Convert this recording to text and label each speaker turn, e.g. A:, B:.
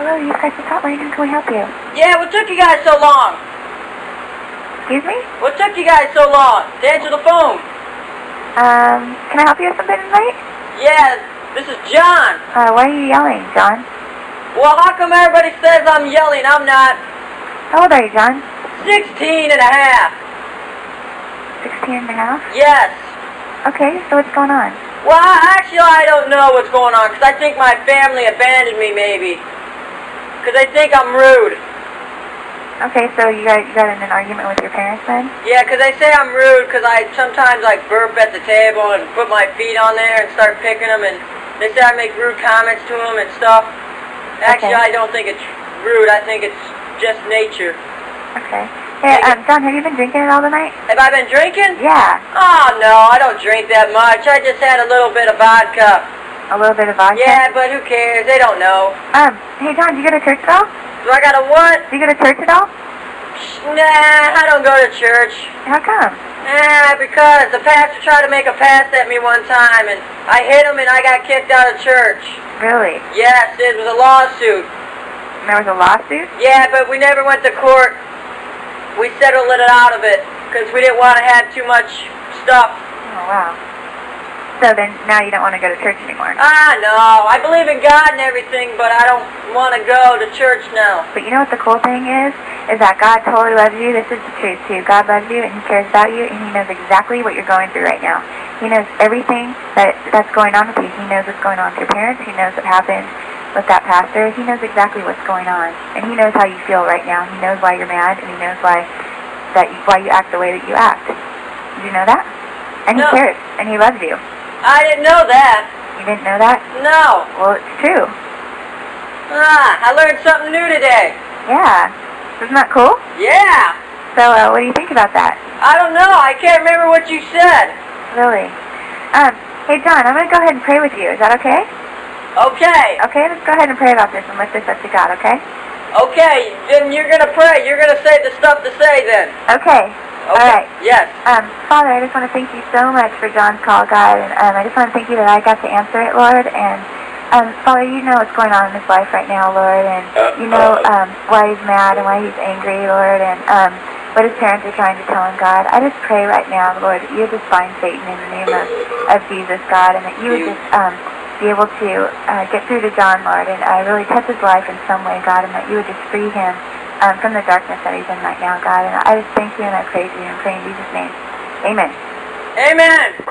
A: Hello, you guys are hotline. How can we help you?
B: Yeah, what took you guys so long?
A: Excuse me?
B: What took you guys so long to answer the phone?
A: Um, can I help you with something tonight?
B: Yeah, this is John.
A: Uh, why are you yelling, John?
B: Well, how come everybody says I'm yelling? I'm not.
A: How old are you, John?
B: 16 and a half.
A: Sixteen and a half.
B: Yes.
A: Okay, so what's going on?
B: Well, I- actually, I don't know what's going on 'cause I think my family abandoned me, maybe. 'Cause they think I'm rude.
A: Okay, so you guys got in an argument with your parents then?
B: Yeah, 'cause they say I'm rude 'cause I sometimes like burp at the table and put my feet on there and start picking 'em and they say I make rude comments to 'em and stuff. Actually,
A: Okay.
B: I don't think it's rude. I think it's just nature.
A: Okay. Hey,
B: Yeah,
A: um, John, have you been drinking at all tonight?
B: Have I been drinking?
A: Yeah,
B: Oh no, I don't drink that much. I just had a little bit of vodka.
A: a little bit of vodka.
B: Yeah, but who cares? They don't know.
A: Um, hey, John, do you go to church at all?
B: Do I got a what?
A: Do you go to church at all?
B: Nah, I don't go to church.
A: How come?
B: Nah, because the pastor tried to make a pass at me one time, and I hit him, and I got kicked out of church.
A: Really?
B: Yes, it was a lawsuit.
A: And there was a lawsuit?
B: Yeah, but we never went to court. We settled it out of it because we didn't want to have too much stuff.
A: Oh, wow. So then now you don't want to go to church anymore.
B: Ah, no, I believe in God and everything, but I don't want to go to church now.
A: But you know what the cool thing is? Is that God totally loves you. This is the truth too. God loves you and He cares about you and He knows exactly what you're going through right now. He knows everything that that's going on with you. He knows what's going on with your parents. He knows what happened with that pastor. He knows exactly what's going on. And He knows how you feel right now. He knows why you're mad and He knows why that you, why you act the way that you act. Did you know that? And
B: No.
A: He cares and He loves you.
B: I didn't know that.
A: You didn't know that?
B: No.
A: Well, it's true.
B: Ah, I learned something new today.
A: Yeah. Isn't that cool?
B: Yeah.
A: So uh, what do you think about that?
B: I don't know. I can't remember what you said.
A: Really? Um, hey, John, I'm going to go ahead and pray with you. Is that okay?
B: Okay.
A: Okay, let's go ahead and pray about this and lift this up to God, okay?
B: Okay. Then you're gonna pray. You're gonna say the stuff to say then.
A: Okay.
B: Okay.
A: All right.
B: Yes.
A: Um, Father, I just want to thank you so much for John's call, God. And um, I just want to thank you that I got to answer it, Lord. And um, Father, you know what's going on in his life right now, Lord. And you know um, why he's mad and why he's angry, Lord. And um, what his parents are trying to tell him, God. I just pray right now, Lord, that you would just bind Satan in the name of, of Jesus, God. And that you would just um, be able to uh, get through to John, Lord. And uh, really touch his life in some way, God. And that you would just free him um, from the darkness that he's in right now, God. And I just thank you and I praise you and pray in Jesus' name. Amen.
B: Amen.